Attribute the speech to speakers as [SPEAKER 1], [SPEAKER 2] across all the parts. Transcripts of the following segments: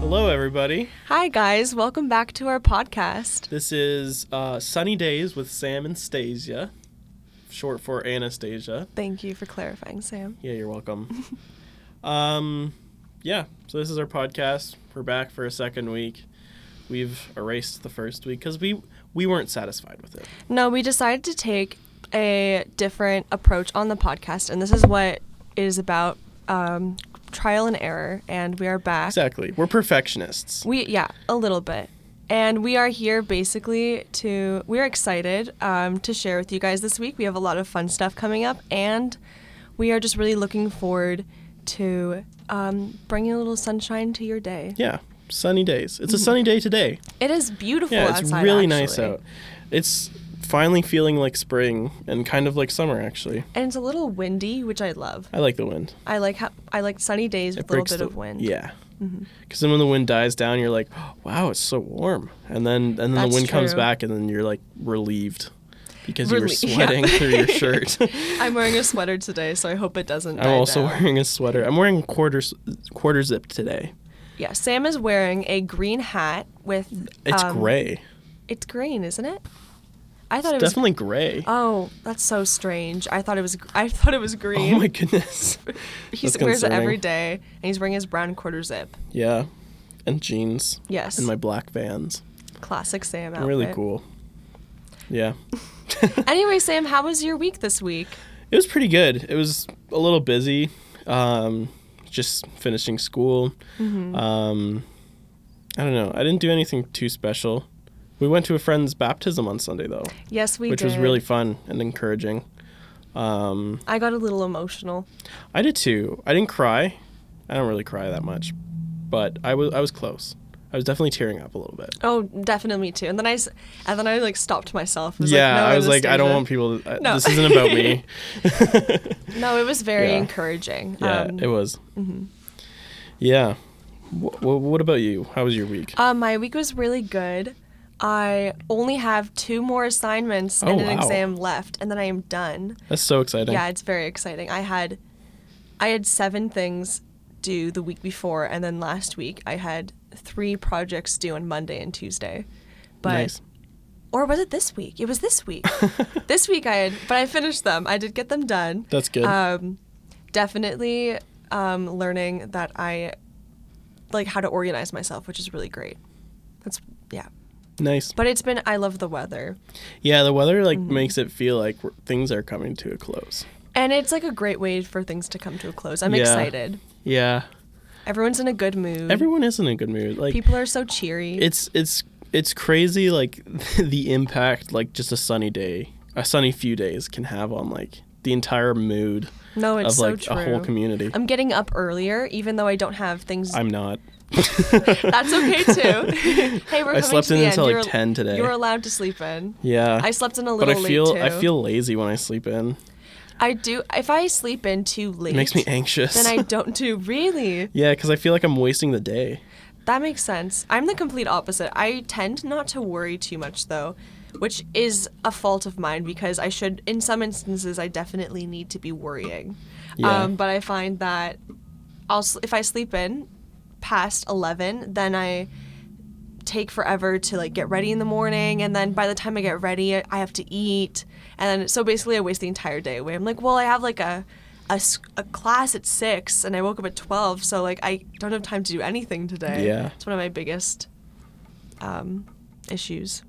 [SPEAKER 1] Hello, everybody.
[SPEAKER 2] Hi, guys. Welcome back to our podcast.
[SPEAKER 1] This is uh, Sunny Days with Sam and Stasia, short for Anastasia.
[SPEAKER 2] Thank you for clarifying, Sam.
[SPEAKER 1] Yeah, you're welcome. um, yeah, so this is our podcast. We're back for a second week. We've erased the first week because we we weren't satisfied with it.
[SPEAKER 2] No, we decided to take a different approach on the podcast, and this is what it is about um, trial and error. And we are back.
[SPEAKER 1] Exactly. We're perfectionists.
[SPEAKER 2] We yeah, a little bit. And we are here basically to we're excited um, to share with you guys this week. We have a lot of fun stuff coming up, and we are just really looking forward to um, bringing a little sunshine to your day.
[SPEAKER 1] Yeah, sunny days. It's a sunny day today.
[SPEAKER 2] It is beautiful
[SPEAKER 1] Yeah,
[SPEAKER 2] Mm-hmm. outside.
[SPEAKER 1] it's really nice
[SPEAKER 2] actually.
[SPEAKER 1] out. It's finally feeling like spring and kind of like summer actually.
[SPEAKER 2] and it's a little windy, which I love.
[SPEAKER 1] I like the wind.
[SPEAKER 2] I like how I like sunny days with a little bit
[SPEAKER 1] the-
[SPEAKER 2] of wind. Mm-hmm.
[SPEAKER 1] Yeah. Because then when the wind dies down, you're like, wow, it's so warm. And then and then
[SPEAKER 2] That's
[SPEAKER 1] the wind comes
[SPEAKER 2] true.
[SPEAKER 1] back, and then you're like relieved because
[SPEAKER 2] Relie-
[SPEAKER 1] you were
[SPEAKER 2] yeah.
[SPEAKER 1] sweating through your shirt.
[SPEAKER 2] I'm wearing a sweater today, so I hope it doesn't.
[SPEAKER 1] I'm
[SPEAKER 2] die
[SPEAKER 1] also
[SPEAKER 2] down.
[SPEAKER 1] wearing a sweater. I'm wearing quarter s- quarter zip today.
[SPEAKER 2] Yeah, Sam is wearing a green hat with.
[SPEAKER 1] It's
[SPEAKER 2] um,
[SPEAKER 1] gray.
[SPEAKER 2] It's green, isn't it? I thought
[SPEAKER 1] It's
[SPEAKER 2] it was.
[SPEAKER 1] definitely gray.
[SPEAKER 2] Oh, that's so strange. I thought it was. gr- I thought it was
[SPEAKER 1] oh
[SPEAKER 2] green.
[SPEAKER 1] my goodness.
[SPEAKER 2] he
[SPEAKER 1] that's
[SPEAKER 2] wears it every
[SPEAKER 1] concerning.
[SPEAKER 2] day, and he's wearing his brown quarter zip.
[SPEAKER 1] yeah, and jeans
[SPEAKER 2] Yes,
[SPEAKER 1] and my black Vans.
[SPEAKER 2] classic Sam outfit.
[SPEAKER 1] Really cool. Yeah.
[SPEAKER 2] Anyway, Sam, how was your week this week?
[SPEAKER 1] It was pretty good. It was a little busy, um, just finishing school.
[SPEAKER 2] Mm-hmm.
[SPEAKER 1] Um, I don't know. I didn't do anything too special. We went to a friend's baptism on Sunday though,
[SPEAKER 2] Yes, we
[SPEAKER 1] which
[SPEAKER 2] did.
[SPEAKER 1] was really fun and encouraging. Um,
[SPEAKER 2] I got a little emotional.
[SPEAKER 1] I did too. I didn't cry. I don't really cry that much, but I was I was close. I was definitely tearing up a little bit.
[SPEAKER 2] Oh, definitely me too. And then I, s- and then I like stopped myself. was
[SPEAKER 1] yeah,
[SPEAKER 2] no,
[SPEAKER 1] I was like, I don't
[SPEAKER 2] Anastasia.
[SPEAKER 1] want people. To, I-
[SPEAKER 2] No.
[SPEAKER 1] This isn't about me.
[SPEAKER 2] No, it was very
[SPEAKER 1] Yeah.
[SPEAKER 2] encouraging.
[SPEAKER 1] Yeah,
[SPEAKER 2] um,
[SPEAKER 1] it was. Yeah. Wh- wh- what about you? How was your week?
[SPEAKER 2] uh, my week was really good. I only have two more assignments
[SPEAKER 1] Oh,
[SPEAKER 2] and an
[SPEAKER 1] wow.
[SPEAKER 2] exam left, and then I am done.
[SPEAKER 1] That's so exciting.
[SPEAKER 2] Yeah, it's very exciting. I had, I had seven things due the week before, and then last week I had three projects due on Monday and Tuesday. But
[SPEAKER 1] nice.
[SPEAKER 2] or was it this week? It was this week. this week I had, but I finished them. I did get them done.
[SPEAKER 1] That's good.
[SPEAKER 2] Um, definitely um, learning that I like how to organize myself, which is really great. That's yeah.
[SPEAKER 1] nice.
[SPEAKER 2] But Mm-hmm. it's been I love the weather,
[SPEAKER 1] Yeah, the weather like makes it feel like we're- things are coming to a close.
[SPEAKER 2] and it's like a great way for things to come to a close. I'm
[SPEAKER 1] Yeah.
[SPEAKER 2] excited.
[SPEAKER 1] Yeah.
[SPEAKER 2] Everyone's in a good mood.
[SPEAKER 1] Everyone is in a good mood. Like
[SPEAKER 2] People are so cheery.
[SPEAKER 1] it's it's it's crazy like the impact like just a sunny day, a sunny few days can have on like the entire mood
[SPEAKER 2] no, Oh, it's
[SPEAKER 1] of
[SPEAKER 2] so
[SPEAKER 1] like
[SPEAKER 2] true.
[SPEAKER 1] a whole community.
[SPEAKER 2] I'm getting up earlier, even though I don't have things.
[SPEAKER 1] I'm not.
[SPEAKER 2] That's okay too. hey, we're
[SPEAKER 1] I
[SPEAKER 2] coming
[SPEAKER 1] slept
[SPEAKER 2] to the
[SPEAKER 1] in
[SPEAKER 2] end.
[SPEAKER 1] until
[SPEAKER 2] You're-
[SPEAKER 1] like 10 today.
[SPEAKER 2] You're allowed to sleep in.
[SPEAKER 1] yeah.
[SPEAKER 2] I slept in a
[SPEAKER 1] but
[SPEAKER 2] little
[SPEAKER 1] I feel
[SPEAKER 2] late too.
[SPEAKER 1] I feel lazy when I sleep in.
[SPEAKER 2] I do. If I sleep in too late,
[SPEAKER 1] It makes me anxious.
[SPEAKER 2] Then I don't do really.
[SPEAKER 1] yeah, cuz I feel like I'm wasting the day.
[SPEAKER 2] That makes sense. I'm the complete opposite. I tend not to worry too much though, which is a fault of mine because I should. In some instances, I definitely need to be worrying.
[SPEAKER 1] Yeah.
[SPEAKER 2] Um, but I find that I'll s- if I sleep in past eleven, then I take forever to like get ready in the morning and then by the time I get ready I have to eat and then so basically I waste the entire day away. I'm like, well, I have like a a, s- a class at 6 and I woke up at 12, so like I don't have time to do anything today.
[SPEAKER 1] Yeah.
[SPEAKER 2] It's one of my biggest um issues.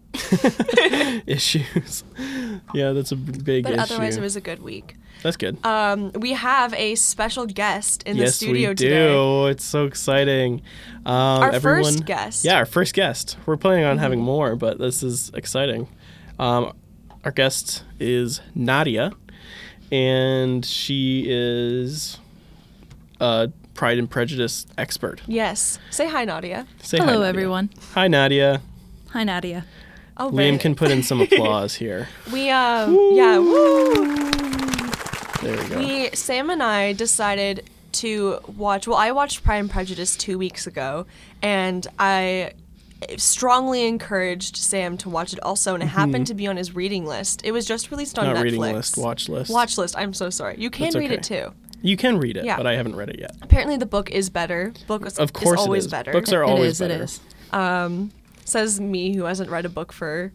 [SPEAKER 1] issues. yeah, that's a b- big
[SPEAKER 2] But
[SPEAKER 1] issue.
[SPEAKER 2] otherwise it was a good week.
[SPEAKER 1] that's good.
[SPEAKER 2] Um we have a special guest in the
[SPEAKER 1] yes,
[SPEAKER 2] studio
[SPEAKER 1] we do.
[SPEAKER 2] today.
[SPEAKER 1] It's so exciting. Um,
[SPEAKER 2] Our
[SPEAKER 1] everyone,
[SPEAKER 2] first guest. Mm-hmm.
[SPEAKER 1] Yeah, our first guest. We're planning on having more, but this is exciting. Um, our guest is Nadia, and she is a Pride and Prejudice expert.
[SPEAKER 2] Yes. Say hi Nadia.
[SPEAKER 1] Say hi,
[SPEAKER 3] Hello,
[SPEAKER 1] Nadia.
[SPEAKER 3] everyone.
[SPEAKER 1] Hi, Nadia.
[SPEAKER 3] Hi, Nadia.
[SPEAKER 2] Oh,
[SPEAKER 1] Liam
[SPEAKER 2] right.
[SPEAKER 1] can put in some applause here.
[SPEAKER 2] we um yeah, woo.
[SPEAKER 1] There we go.
[SPEAKER 2] We Sam and I decided to watch. Well, I watched Pride and Prejudice two weeks ago, and I strongly encouraged Sam to watch it also, and it happened to be on his reading list. It was just released on
[SPEAKER 1] Mm-hmm. Not
[SPEAKER 2] Netflix.
[SPEAKER 1] reading list, watch list.
[SPEAKER 2] Watch list. I'm so sorry. You can
[SPEAKER 1] That's
[SPEAKER 2] read it
[SPEAKER 1] okay.
[SPEAKER 2] too.
[SPEAKER 1] You can read it,
[SPEAKER 2] Yeah.
[SPEAKER 1] but I haven't read it yet.
[SPEAKER 2] Apparently, the book is better. Book is,
[SPEAKER 1] Of course,
[SPEAKER 2] is always
[SPEAKER 1] it is.
[SPEAKER 2] better.
[SPEAKER 1] Books are
[SPEAKER 3] It
[SPEAKER 1] always
[SPEAKER 3] is,
[SPEAKER 1] better.
[SPEAKER 3] it is.
[SPEAKER 2] Says me who hasn't read a book for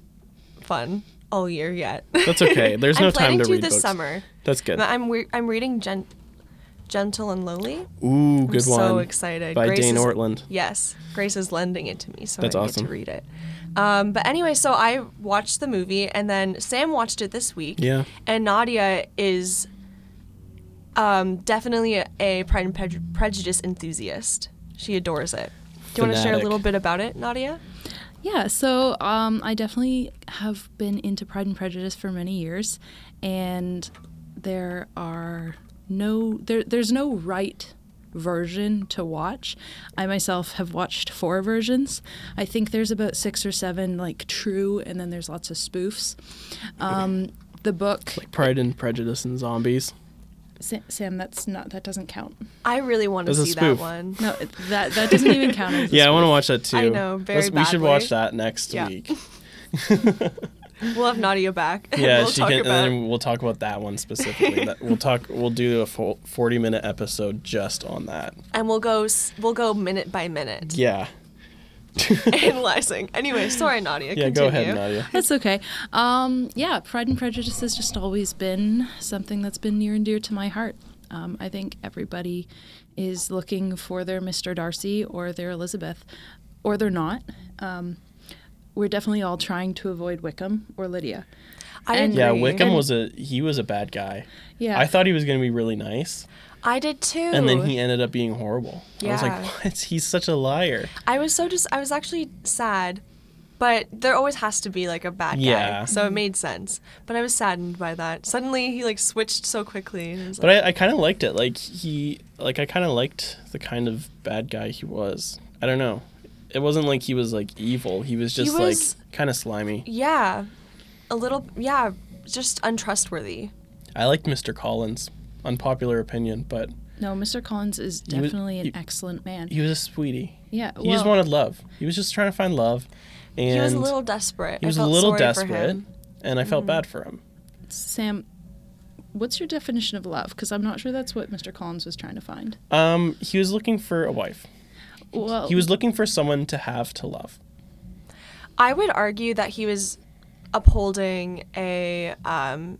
[SPEAKER 2] fun all year yet.
[SPEAKER 1] That's okay. There's
[SPEAKER 2] I'm
[SPEAKER 1] no time
[SPEAKER 2] planning
[SPEAKER 1] to
[SPEAKER 2] to
[SPEAKER 1] read
[SPEAKER 2] this
[SPEAKER 1] books.
[SPEAKER 2] summer.
[SPEAKER 1] That's good.
[SPEAKER 2] I'm re- I'm reading Gen- Gentle and Lowly.
[SPEAKER 1] Ooh, good
[SPEAKER 2] so
[SPEAKER 1] one.
[SPEAKER 2] excited.
[SPEAKER 1] By
[SPEAKER 2] Grace
[SPEAKER 1] Dane
[SPEAKER 2] is-
[SPEAKER 1] Ortland.
[SPEAKER 2] Yes, Grace is lending it to me, so
[SPEAKER 1] That's
[SPEAKER 2] I
[SPEAKER 1] awesome.
[SPEAKER 2] get to read it. Um, but anyway, so I watched the movie, and then Sam watched it this week.
[SPEAKER 1] Yeah.
[SPEAKER 2] And Nadia is um, definitely a Pride and Prej- Prejudice enthusiast. She adores it. Do you want to share a
[SPEAKER 1] Fanatic.
[SPEAKER 2] little bit about it, Nadia?
[SPEAKER 3] Yeah, so um, I definitely have been into Pride and Prejudice for many years, and there are no there there's no right version to watch. I myself have watched four versions. I think there's about six or seven like true, and then there's lots of spoofs. Um, the book,
[SPEAKER 1] Pride and Prejudice and Zombies.
[SPEAKER 3] Sa- Sam, that's not that doesn't count.
[SPEAKER 2] I really want to
[SPEAKER 1] That's a
[SPEAKER 2] see that
[SPEAKER 1] spoof.
[SPEAKER 2] one.
[SPEAKER 3] No, it- that that doesn't even count. As a
[SPEAKER 1] Yeah, I want to
[SPEAKER 3] spoof.
[SPEAKER 1] watch that too.
[SPEAKER 2] I know, very
[SPEAKER 1] Let's- We should
[SPEAKER 2] badly.
[SPEAKER 1] watch that next
[SPEAKER 2] Yeah.
[SPEAKER 1] week.
[SPEAKER 2] We'll have Nadia back. and
[SPEAKER 1] Yeah,
[SPEAKER 2] we'll
[SPEAKER 1] she
[SPEAKER 2] talk
[SPEAKER 1] can,
[SPEAKER 2] about
[SPEAKER 1] and then we'll talk about that one specifically. That- we'll talk. We'll do a fo- forty-minute episode just on that.
[SPEAKER 2] and we'll go s- we'll go minute by minute
[SPEAKER 1] Yeah,
[SPEAKER 2] analyzing. Anyway, sorry, Nadia.
[SPEAKER 1] yeah.
[SPEAKER 2] continue.
[SPEAKER 1] Go ahead, Nadia.
[SPEAKER 3] That's okay. Um, yeah, Pride and Prejudice has just always been something that's been near and dear to my heart. Um, I think everybody is looking for their Mr. Darcy or their Elizabeth, or they're not. Um, we're definitely all trying to avoid Wickham or Lydia.
[SPEAKER 2] I
[SPEAKER 3] And-
[SPEAKER 1] Yeah,
[SPEAKER 2] agree.
[SPEAKER 1] Wickham was a he was a bad guy.
[SPEAKER 3] Yeah.
[SPEAKER 1] I thought he was gonna be really nice,
[SPEAKER 2] I did too.
[SPEAKER 1] and then he ended up being horrible. I was
[SPEAKER 2] Yeah.
[SPEAKER 1] like, what? He's such a liar.
[SPEAKER 2] I was so just. I was actually sad, but there always has to be like a bad
[SPEAKER 1] Yeah.
[SPEAKER 2] guy, so it made sense. But I was saddened by that. Suddenly, he like switched so quickly. And it was
[SPEAKER 1] But I, I kind of liked it. Like he, like I kind of liked the kind of bad guy he was. I don't know. It wasn't like he was like evil. He was just
[SPEAKER 2] was-
[SPEAKER 1] like kind of slimy.
[SPEAKER 2] like, yeah, a little. Yeah, just untrustworthy.
[SPEAKER 1] I liked Mr. Collins. Unpopular opinion, but
[SPEAKER 3] No, Mr. Collins is
[SPEAKER 1] was-
[SPEAKER 3] definitely
[SPEAKER 1] he-
[SPEAKER 3] an excellent man.
[SPEAKER 1] he was a sweetie.
[SPEAKER 3] yeah,
[SPEAKER 1] He just
[SPEAKER 3] well,
[SPEAKER 1] wanted love. He was just trying to find love, and
[SPEAKER 2] he was a little desperate.
[SPEAKER 1] he was a
[SPEAKER 2] I felt
[SPEAKER 1] little
[SPEAKER 2] sorry For
[SPEAKER 1] desperate,
[SPEAKER 2] him. Mm-hmm.
[SPEAKER 1] and I felt bad for him.
[SPEAKER 3] Sam, what's your definition of love? Because I'm not sure that's what Mr. Collins was trying to find.
[SPEAKER 1] Um, he was looking for a wife.
[SPEAKER 3] Well,
[SPEAKER 2] Oh.
[SPEAKER 1] He was looking for someone to have to love.
[SPEAKER 2] I would argue that he was upholding a um,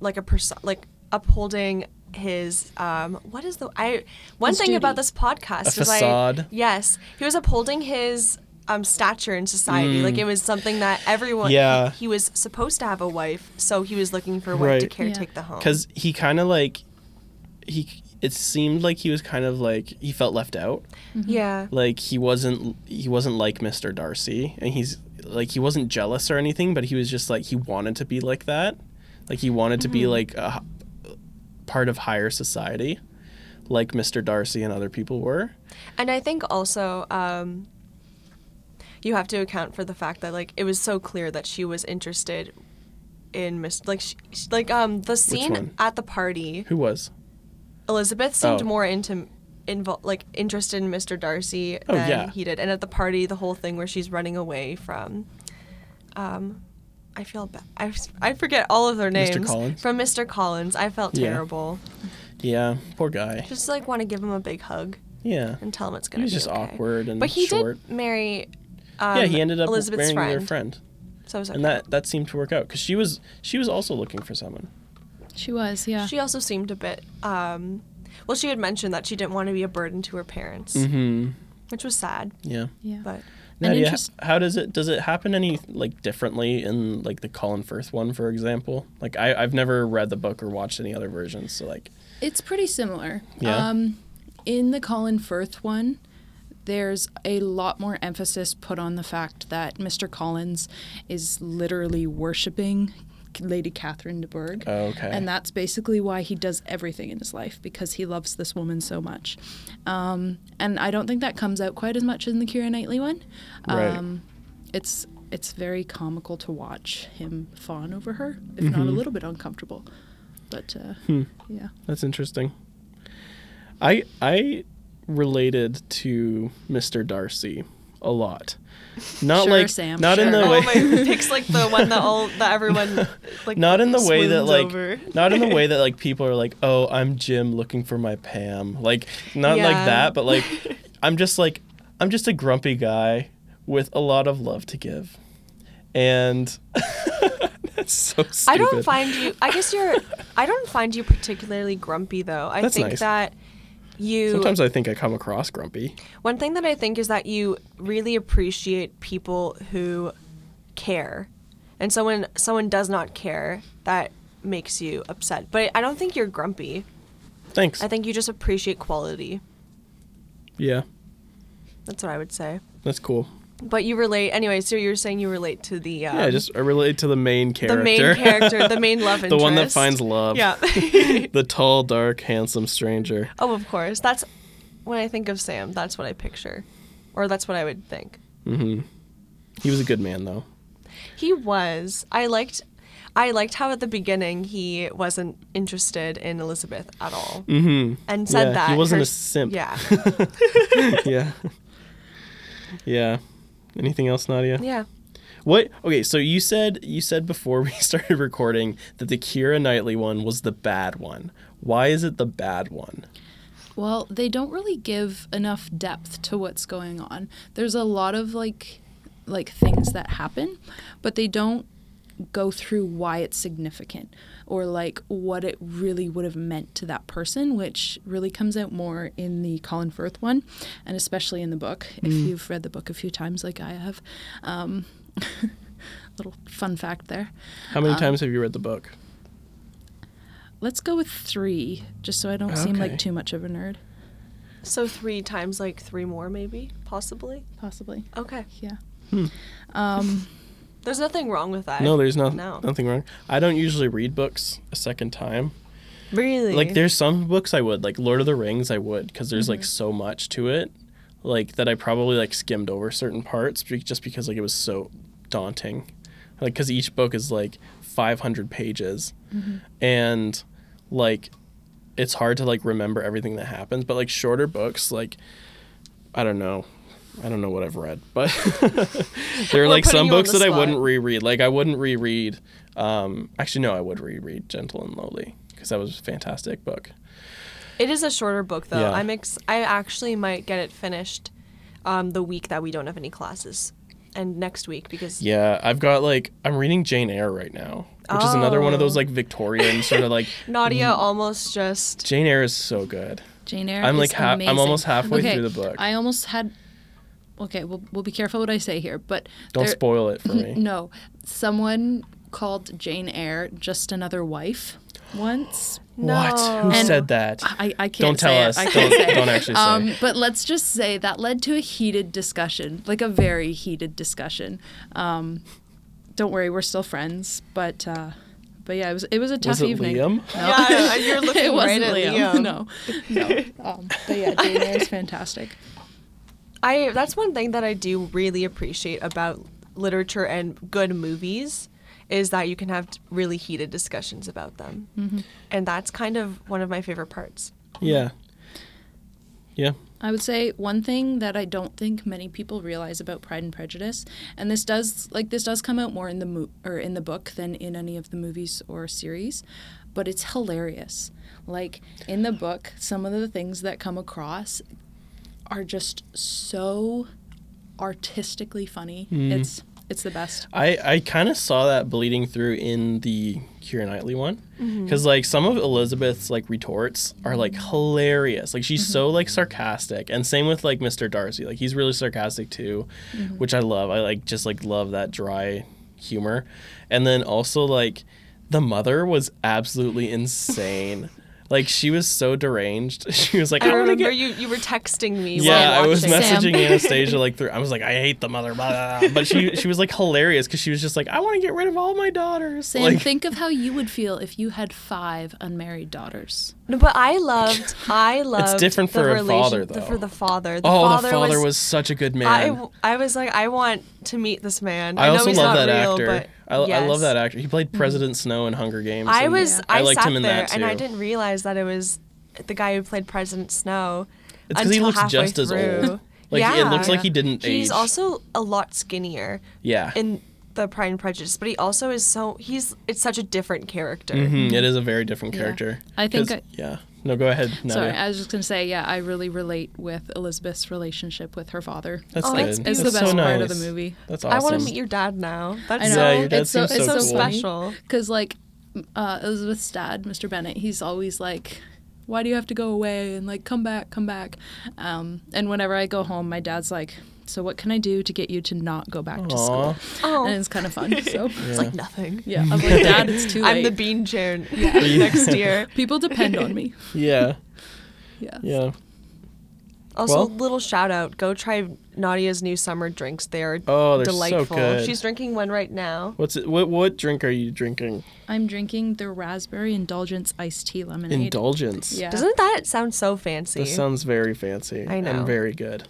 [SPEAKER 2] like a person like upholding his um what is the I one
[SPEAKER 3] His
[SPEAKER 2] thing about
[SPEAKER 3] duty.
[SPEAKER 2] this podcast
[SPEAKER 1] A
[SPEAKER 2] is
[SPEAKER 1] facade.
[SPEAKER 2] I yes he was upholding his um stature in society like it was something that everyone
[SPEAKER 1] Mm. Yeah.
[SPEAKER 2] he, he was supposed to have a wife so he was looking for a wife to
[SPEAKER 1] Right.
[SPEAKER 2] caretake
[SPEAKER 3] Yeah.
[SPEAKER 2] the home
[SPEAKER 1] because he kind of like he it seemed like he was kind of like he felt left out
[SPEAKER 2] yeah
[SPEAKER 1] like he wasn't he wasn't like mr darcy and he's like he wasn't jealous or anything but he was just like he wanted to be like that like he wanted to
[SPEAKER 2] Mm-hmm.
[SPEAKER 1] be like a h- part of higher society like mr darcy and other people were
[SPEAKER 2] And I think also um, you have to account for the fact that like it was so clear that she was interested in Miss like she, she- like um the
[SPEAKER 1] one?
[SPEAKER 2] scene at the party.
[SPEAKER 1] who was
[SPEAKER 2] Elizabeth seemed
[SPEAKER 1] Oh.
[SPEAKER 2] more into invol like interested in Mr. Darcy
[SPEAKER 1] Oh,
[SPEAKER 2] than
[SPEAKER 1] yeah.
[SPEAKER 2] he did. And at the party, the whole thing where she's running away from. Um, I feel bad. I, s- I forget all of their names.
[SPEAKER 1] Collins?
[SPEAKER 2] From Mr. Collins, I felt
[SPEAKER 1] Yeah.
[SPEAKER 2] terrible.
[SPEAKER 1] yeah poor guy
[SPEAKER 2] Just like want to give him a big hug
[SPEAKER 1] yeah
[SPEAKER 2] and tell him it's
[SPEAKER 1] he
[SPEAKER 2] gonna
[SPEAKER 1] was
[SPEAKER 2] be
[SPEAKER 1] just
[SPEAKER 2] okay.
[SPEAKER 1] awkward and
[SPEAKER 2] But he
[SPEAKER 1] short
[SPEAKER 2] did marry. Um,
[SPEAKER 1] yeah he ended up
[SPEAKER 2] Elizabeth's
[SPEAKER 1] marrying
[SPEAKER 2] friend.
[SPEAKER 1] their friend
[SPEAKER 2] So it was
[SPEAKER 1] and
[SPEAKER 2] okay.
[SPEAKER 1] that that seemed to work out because she was she was also looking for someone
[SPEAKER 3] she was, yeah.
[SPEAKER 2] she also seemed a bit. Um, well, she had mentioned that she didn't want to be a burden to her parents,
[SPEAKER 1] mm-hmm
[SPEAKER 2] which was sad.
[SPEAKER 1] yeah
[SPEAKER 3] yeah.
[SPEAKER 2] But
[SPEAKER 3] An
[SPEAKER 1] Nadia,
[SPEAKER 3] interest-
[SPEAKER 1] how does it does it happen any like differently in like the Colin Firth one, for example? Like I, I've never read the book or watched any other versions, so like
[SPEAKER 3] It's pretty similar.
[SPEAKER 1] Yeah.
[SPEAKER 3] Um, in the Colin Firth one, there's a lot more emphasis put on the fact that Mr. Collins is literally worshiping Lady Catherine de Bourgh.
[SPEAKER 1] oh, okay.
[SPEAKER 3] And that's basically why he does everything in his life because he loves this woman so much. Um, and I don't think that comes out quite as much in the Kira Knightley one.
[SPEAKER 1] Right.
[SPEAKER 3] Um, it's it's very comical to watch him fawn over her, if not a
[SPEAKER 1] Mm-hmm.
[SPEAKER 3] little bit uncomfortable. But uh,
[SPEAKER 1] Hmm.
[SPEAKER 3] yeah.
[SPEAKER 1] that's interesting. I I related to Mr. Darcy a a lot. Not
[SPEAKER 3] Sure,
[SPEAKER 1] like
[SPEAKER 3] Sam,
[SPEAKER 1] not in
[SPEAKER 3] sure.
[SPEAKER 1] the
[SPEAKER 2] Oh
[SPEAKER 1] way
[SPEAKER 2] my! Pic's like the one that all that everyone like.
[SPEAKER 1] not in the way that
[SPEAKER 2] swoons
[SPEAKER 1] like
[SPEAKER 2] over.
[SPEAKER 1] not in the way that like people are like, "Oh, I'm Jim looking for my Pam." Like not like
[SPEAKER 2] Yeah.
[SPEAKER 1] that, but like I'm just like I'm just a grumpy guy with a lot of love to give. And that's so stupid.
[SPEAKER 2] I don't find you. I guess you're. I don't find you particularly grumpy though. I
[SPEAKER 1] That's
[SPEAKER 2] think
[SPEAKER 1] nice.
[SPEAKER 2] that you.
[SPEAKER 1] Sometimes I think I come across grumpy.
[SPEAKER 2] One thing that I think is that you really appreciate people who care. And so when someone does not care, that makes you upset. But I don't think you're grumpy.
[SPEAKER 1] Thanks.
[SPEAKER 2] I think you just appreciate quality.
[SPEAKER 1] yeah.
[SPEAKER 2] That's what I would say.
[SPEAKER 1] That's cool.
[SPEAKER 2] But you relate anyway. So you're saying you relate to the um,
[SPEAKER 1] Yeah, I just I relate to the main
[SPEAKER 2] the
[SPEAKER 1] character.
[SPEAKER 2] main character, the main love
[SPEAKER 1] the
[SPEAKER 2] interest,
[SPEAKER 1] one that finds love.
[SPEAKER 2] Yeah.
[SPEAKER 1] The tall, dark, handsome stranger.
[SPEAKER 2] oh, of course. That's when I think of Sam. That's what I picture, or that's what I would think.
[SPEAKER 1] He was a good man though.
[SPEAKER 2] He was. I liked I liked how at the beginning he wasn't interested in Elizabeth at all. Mm-hmm. And said
[SPEAKER 1] Yeah,
[SPEAKER 2] that.
[SPEAKER 1] he wasn't
[SPEAKER 2] her-
[SPEAKER 1] a simp.
[SPEAKER 2] Yeah.
[SPEAKER 1] yeah. Yeah. Anything else, Nadia?
[SPEAKER 2] Yeah.
[SPEAKER 1] What? Okay, so you said you said before we started recording that the Kira Knightley one was the bad one. Why is it the bad one?
[SPEAKER 3] Well, they don't really give enough depth to what's going on. There's a lot of like like things that happen, but they don't go through why it's significant or like what it really would have meant to that person, which really comes out more in the Colin Firth one and especially in the book. If you've read the book a few times like I have. Um little fun fact there.
[SPEAKER 1] How many times have you read the book?
[SPEAKER 3] Let's go with 3 just so I don't seem
[SPEAKER 1] Okay.
[SPEAKER 3] like too much of a nerd.
[SPEAKER 2] So three times like three more maybe, possibly.
[SPEAKER 3] Possibly.
[SPEAKER 2] Okay.
[SPEAKER 3] Yeah. Um
[SPEAKER 2] There's nothing wrong with that.
[SPEAKER 1] No, there's not,
[SPEAKER 2] No.
[SPEAKER 1] nothing wrong. I don't usually read books a second time.
[SPEAKER 2] Really?
[SPEAKER 1] Like there's some books I would, like Lord of the Rings I would cuz there's like so much to it like that I probably like skimmed over certain parts be- just because like it was so daunting. Like cuz each book is like 500 pages and like it's hard to like remember everything that happens, but like shorter books like I don't know. I don't know what I've read, but there are
[SPEAKER 2] We're
[SPEAKER 1] like
[SPEAKER 2] putting
[SPEAKER 1] some
[SPEAKER 2] you on
[SPEAKER 1] books
[SPEAKER 2] the
[SPEAKER 1] that I
[SPEAKER 2] spot.
[SPEAKER 1] wouldn't reread. Like I wouldn't reread. Um, actually, no, I would reread Gentle and Lowly because that was a fantastic book.
[SPEAKER 2] It is a shorter book though.
[SPEAKER 1] Yeah.
[SPEAKER 2] I'm ex- I actually might get it finished um, the week that we don't have any classes. And next week because
[SPEAKER 1] Yeah, I've got like I'm reading Jane Eyre right now, which is another one of those
[SPEAKER 2] Oh.
[SPEAKER 1] like Victorian sort of like.
[SPEAKER 2] Nadia almost just
[SPEAKER 1] Jane Eyre is so good.
[SPEAKER 3] Jane Eyre.
[SPEAKER 1] I'm,
[SPEAKER 3] is
[SPEAKER 1] like, ha- I'm
[SPEAKER 3] amazing.
[SPEAKER 1] almost halfway
[SPEAKER 3] Okay,
[SPEAKER 1] through the book.
[SPEAKER 3] I almost had. Okay, we'll we'll be careful what I say here, but
[SPEAKER 1] Don't
[SPEAKER 3] there-
[SPEAKER 1] spoil it for me.
[SPEAKER 3] No, someone called Jane Eyre just another wife once.
[SPEAKER 1] What? Who
[SPEAKER 2] No.
[SPEAKER 1] said that?
[SPEAKER 3] I, I can't.
[SPEAKER 1] Don't tell
[SPEAKER 3] say it,
[SPEAKER 1] us.
[SPEAKER 3] I
[SPEAKER 1] Don't,
[SPEAKER 3] can't say it.
[SPEAKER 1] don't actually say.
[SPEAKER 3] Um, but let's just say that led to a heated discussion, like a very heated discussion. Um, don't worry, we're still friends. But uh, but yeah, it was it was a tough
[SPEAKER 1] was it
[SPEAKER 3] evening.
[SPEAKER 1] Liam?
[SPEAKER 3] No.
[SPEAKER 2] Yeah, you're looking
[SPEAKER 3] it
[SPEAKER 2] right
[SPEAKER 3] wasn't
[SPEAKER 2] at
[SPEAKER 3] Liam.
[SPEAKER 2] Liam.
[SPEAKER 3] No, no. Um, but yeah, Jane Eyre is fantastic.
[SPEAKER 2] I that's one thing that I do really appreciate about literature and good movies is that you can have really heated discussions about them. And that's kind of one of my favorite parts.
[SPEAKER 1] Yeah. Yeah.
[SPEAKER 3] I would say one thing that I don't think many people realize about Pride and Prejudice, and this does like this does come out more in the mo- or in the book than in any of the movies or series, but it's hilarious. Like in the book, some of the things that come across are just so artistically funny.
[SPEAKER 1] Mm.
[SPEAKER 3] It's it's the best.
[SPEAKER 1] I, I kind of saw that bleeding through in the Kira Knightley one
[SPEAKER 2] Mm-hmm.
[SPEAKER 1] because like some of Elizabeth's like retorts are like hilarious like
[SPEAKER 2] Mm-hmm.
[SPEAKER 1] she's so like sarcastic and same with like Mr. Darcy like he's really sarcastic too
[SPEAKER 2] Mm-hmm.
[SPEAKER 1] which I love I like just like love that dry humor and then also like the mother was absolutely insane like she was so deranged she was like
[SPEAKER 2] I
[SPEAKER 1] I, want to
[SPEAKER 2] remember
[SPEAKER 1] get
[SPEAKER 2] you you were texting me
[SPEAKER 1] yeah,
[SPEAKER 2] while
[SPEAKER 1] I was
[SPEAKER 2] watching.
[SPEAKER 3] Sam.
[SPEAKER 1] messaging Anastasia like through. I was like, I hate the mother, blah, blah, blah. but she she was like hilarious because she was just like, I want to get rid of all my daughters.
[SPEAKER 3] Sam,
[SPEAKER 1] like,
[SPEAKER 3] think of how you would feel if you had five unmarried daughters.
[SPEAKER 2] No, but I loved I loved
[SPEAKER 1] different
[SPEAKER 2] the
[SPEAKER 1] for a father,
[SPEAKER 2] relation- the-
[SPEAKER 1] though.
[SPEAKER 2] for the father. The
[SPEAKER 1] oh,
[SPEAKER 2] father
[SPEAKER 1] the father was,
[SPEAKER 2] was,
[SPEAKER 1] such a good
[SPEAKER 2] I,
[SPEAKER 1] man.
[SPEAKER 2] w- I was like I want to meet this man.
[SPEAKER 1] I,
[SPEAKER 2] I, know
[SPEAKER 1] also
[SPEAKER 2] he's
[SPEAKER 1] love
[SPEAKER 2] not
[SPEAKER 1] that
[SPEAKER 2] real,
[SPEAKER 1] actor.
[SPEAKER 2] but
[SPEAKER 1] I, I love
[SPEAKER 2] yes. Mm-hmm.
[SPEAKER 1] that actor. He played President Snow in Hunger Games.
[SPEAKER 2] I
[SPEAKER 1] and
[SPEAKER 2] was I,
[SPEAKER 1] I liked
[SPEAKER 2] sat
[SPEAKER 1] him in
[SPEAKER 2] there
[SPEAKER 1] that too.
[SPEAKER 2] and I didn't realize that it was the guy who played President Snow
[SPEAKER 1] It's 'cause he
[SPEAKER 2] until
[SPEAKER 1] looks
[SPEAKER 2] halfway
[SPEAKER 1] just as
[SPEAKER 2] through.
[SPEAKER 1] old. Like it
[SPEAKER 2] Yeah.
[SPEAKER 1] looks like he didn't
[SPEAKER 2] He's
[SPEAKER 1] age.
[SPEAKER 2] also a lot skinnier
[SPEAKER 1] yeah.
[SPEAKER 2] in the Pride and Prejudice, but he also is so he's it's such a different character.
[SPEAKER 1] Mhm, it is a very different
[SPEAKER 3] Yeah.
[SPEAKER 1] character.
[SPEAKER 3] I think
[SPEAKER 1] 'Cause-
[SPEAKER 3] I-
[SPEAKER 1] yeah. No, go ahead. Nadia.
[SPEAKER 3] Sorry, I was just gonna say, yeah, I really relate with Elizabeth's relationship with her father.
[SPEAKER 1] That's
[SPEAKER 2] Oh,
[SPEAKER 1] good.
[SPEAKER 2] that's
[SPEAKER 3] It's the
[SPEAKER 1] That's
[SPEAKER 3] best
[SPEAKER 1] so
[SPEAKER 3] part of the
[SPEAKER 1] nice.
[SPEAKER 3] movie.
[SPEAKER 1] That's
[SPEAKER 2] I
[SPEAKER 1] awesome.
[SPEAKER 2] want to meet your dad now. That's
[SPEAKER 3] I know.
[SPEAKER 2] so
[SPEAKER 1] Yeah, your dad
[SPEAKER 3] it's so,
[SPEAKER 1] seems
[SPEAKER 3] it's
[SPEAKER 1] so
[SPEAKER 3] so,
[SPEAKER 1] cool.
[SPEAKER 2] special.
[SPEAKER 3] Because like uh, Elizabeth's dad, Mr. Bennett, he's always like, "Why do you have to go away?" and like, "Come back, come back." Um, and whenever I go home, my dad's like, "So what can I do to get you to not go back to
[SPEAKER 1] Aw.
[SPEAKER 3] school?"
[SPEAKER 2] Oh,
[SPEAKER 3] And it's kind of fun. So
[SPEAKER 2] it's
[SPEAKER 1] Yeah.
[SPEAKER 2] like nothing.
[SPEAKER 3] yeah, I'm like, "Dad, it's too
[SPEAKER 2] I'm
[SPEAKER 3] late."
[SPEAKER 2] the bean chair next year.
[SPEAKER 3] People depend on me.
[SPEAKER 1] Yeah.
[SPEAKER 3] Yeah.
[SPEAKER 1] Yeah.
[SPEAKER 2] Also,
[SPEAKER 1] Well-
[SPEAKER 2] little shout out. Go try Nadia's new summer drinks. They are
[SPEAKER 1] Oh, they're so
[SPEAKER 2] delightful.
[SPEAKER 1] good.
[SPEAKER 2] She's drinking one right now.
[SPEAKER 1] What's it, what what drink are you drinking?
[SPEAKER 3] I'm drinking the raspberry indulgence iced tea lemonade.
[SPEAKER 1] Indulgence.
[SPEAKER 3] Yeah.
[SPEAKER 2] Doesn't that sound so fancy?
[SPEAKER 1] This sounds very fancy.
[SPEAKER 2] I know.
[SPEAKER 1] And very good.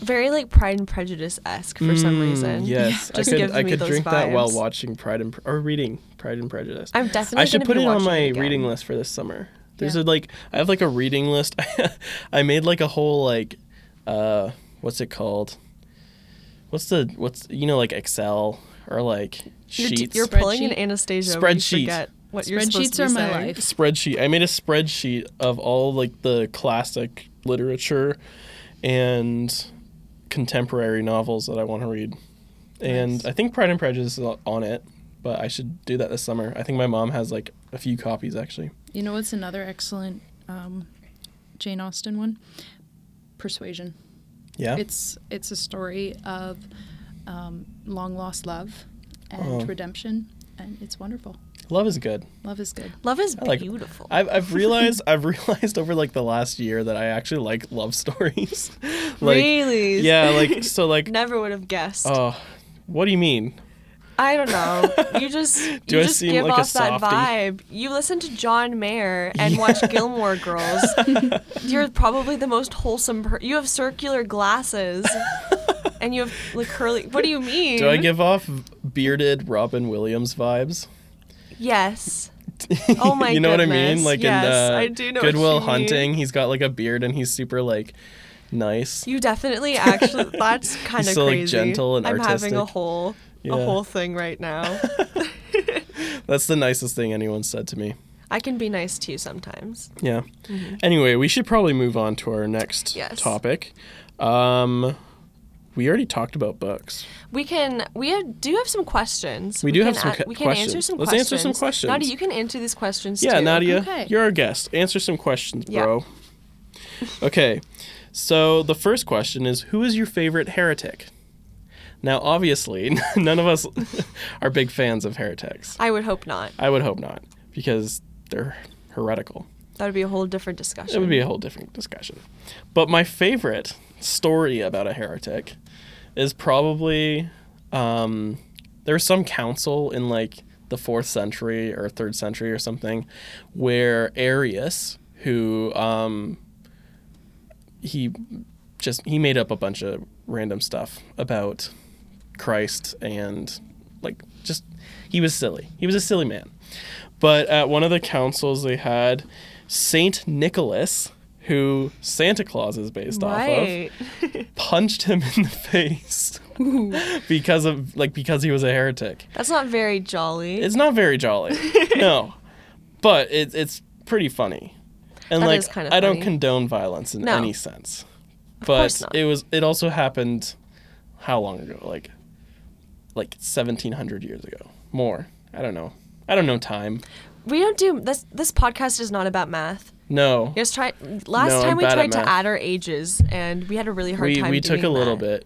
[SPEAKER 2] Very like Pride and Prejudice esque for some
[SPEAKER 1] Mm,
[SPEAKER 2] reason.
[SPEAKER 1] Yes.
[SPEAKER 2] Just
[SPEAKER 1] I could
[SPEAKER 2] gives
[SPEAKER 1] I
[SPEAKER 2] me
[SPEAKER 1] could
[SPEAKER 2] those
[SPEAKER 1] drink that while
[SPEAKER 2] vibes.
[SPEAKER 1] watching Pride and Pre- or reading Pride and Prejudice.
[SPEAKER 2] I'm definitely.
[SPEAKER 1] I should
[SPEAKER 2] gonna
[SPEAKER 1] put
[SPEAKER 2] be
[SPEAKER 1] it on
[SPEAKER 2] watching
[SPEAKER 1] my
[SPEAKER 2] again.
[SPEAKER 1] reading list for this summer. There's a
[SPEAKER 3] Yeah.
[SPEAKER 1] like I have like a reading list. I made like a whole like uh what's it called? What's the what's you know like Excel or like
[SPEAKER 2] You're,
[SPEAKER 1] sheets
[SPEAKER 2] d- you're pulling an
[SPEAKER 3] Spreadsheet.
[SPEAKER 2] Anastasia. when you
[SPEAKER 1] Spreadsheet.
[SPEAKER 2] forget what you're supposed
[SPEAKER 3] Spreadsheets
[SPEAKER 2] to be
[SPEAKER 3] are my
[SPEAKER 2] saying.
[SPEAKER 3] life.
[SPEAKER 1] spreadsheet. I made a spreadsheet of all like the classic literature and contemporary novels that I want to read. And
[SPEAKER 3] Nice.
[SPEAKER 1] I think Pride and Prejudice is on it, but I should do that this summer. I think my mom has like a few copies actually.
[SPEAKER 3] You know what's another excellent um, Jane Austen one? Persuasion.
[SPEAKER 1] Yeah.
[SPEAKER 3] It's it's a story of um, long lost love and
[SPEAKER 1] Oh.
[SPEAKER 3] redemption, and it's wonderful.
[SPEAKER 1] Love is good.
[SPEAKER 3] Love is good.
[SPEAKER 2] Love is
[SPEAKER 1] I like-
[SPEAKER 2] beautiful.
[SPEAKER 1] I've, I've realized I've realized over like the last year that I actually like love stories. like
[SPEAKER 2] really?
[SPEAKER 1] yeah, like so like
[SPEAKER 2] Never would have guessed.
[SPEAKER 1] oh, what do you mean?
[SPEAKER 2] I don't know. You just
[SPEAKER 1] Do
[SPEAKER 2] you
[SPEAKER 1] I
[SPEAKER 2] just
[SPEAKER 1] seem
[SPEAKER 2] give
[SPEAKER 1] like a
[SPEAKER 2] off that
[SPEAKER 1] softie?
[SPEAKER 2] vibe. You listen to John Mayer and watch Gilmore Girls. You're probably the most wholesome. Per- you have circular glasses, and you have like curly. What do you mean?
[SPEAKER 1] Do I give off bearded Robin Williams vibes?
[SPEAKER 2] Yes. Oh my
[SPEAKER 1] you know what I mean?
[SPEAKER 2] goodness,
[SPEAKER 1] Like
[SPEAKER 2] yes,
[SPEAKER 1] in uh,
[SPEAKER 2] I do know what
[SPEAKER 1] Goodwill
[SPEAKER 2] you mean.
[SPEAKER 1] Hunting, he's got like a beard and he's super like nice.
[SPEAKER 2] You definitely actually. That's kind of
[SPEAKER 1] so, like,
[SPEAKER 2] crazy.
[SPEAKER 1] gentle and
[SPEAKER 2] I'm having a
[SPEAKER 1] artistic.
[SPEAKER 2] whole
[SPEAKER 1] Yeah.
[SPEAKER 2] a whole thing right now.
[SPEAKER 1] That's the nicest thing anyone's said to me.
[SPEAKER 2] I can be nice to you sometimes.
[SPEAKER 1] Yeah. Anyway, we should probably move on to our next
[SPEAKER 2] Mm-hmm. Yes.
[SPEAKER 1] topic. Um, we already talked about books.
[SPEAKER 2] We can. We had, do have some questions.
[SPEAKER 1] We do
[SPEAKER 2] can
[SPEAKER 1] have some que-
[SPEAKER 2] we can answer
[SPEAKER 1] questions.
[SPEAKER 2] some
[SPEAKER 1] Let's
[SPEAKER 2] questions.
[SPEAKER 1] answer some questions.
[SPEAKER 2] Nadia, you can answer these questions.
[SPEAKER 1] Yeah,
[SPEAKER 2] too.
[SPEAKER 1] Nadia,
[SPEAKER 3] Okay.
[SPEAKER 1] you're our guest. Answer some questions,
[SPEAKER 2] Yeah.
[SPEAKER 1] bro. okay. So the first question is who is your favorite heretic? Now, obviously, none of us are big fans of heretics.
[SPEAKER 2] I would hope not.
[SPEAKER 1] I would hope not, because they're heretical.
[SPEAKER 2] That would be a whole different discussion.
[SPEAKER 1] It would be a whole different discussion. But my favorite story about a heretic is probably um, there was some council in like the fourth century or third century or something where Arius, who um, he just he made up a bunch of random stuff about Christ and like just he was silly. He was a silly man. But at one of the councils they had Saint Nicholas, who Santa Claus is based
[SPEAKER 2] right.
[SPEAKER 1] off of, punched him in the face because of like because he was a heretic.
[SPEAKER 2] That's not very jolly.
[SPEAKER 1] It's not very jolly. no. But it, it's pretty funny. And
[SPEAKER 2] That
[SPEAKER 1] like
[SPEAKER 2] is kinda
[SPEAKER 1] I don't
[SPEAKER 2] funny.
[SPEAKER 1] condone violence in
[SPEAKER 2] No.
[SPEAKER 1] any sense.
[SPEAKER 2] course
[SPEAKER 1] But
[SPEAKER 2] not.
[SPEAKER 1] it was it also happened how long ago? Like like 1700 years ago. More. I don't know. I don't know time.
[SPEAKER 2] we don't do this. This podcast is not about math.
[SPEAKER 1] No.
[SPEAKER 2] Yes, try. Last
[SPEAKER 1] No, I'm
[SPEAKER 2] time we
[SPEAKER 1] bad at
[SPEAKER 2] tried to
[SPEAKER 1] math.
[SPEAKER 2] add our ages, and we had a really hard
[SPEAKER 1] we
[SPEAKER 2] time.
[SPEAKER 1] we took a
[SPEAKER 2] doing
[SPEAKER 1] little
[SPEAKER 2] that.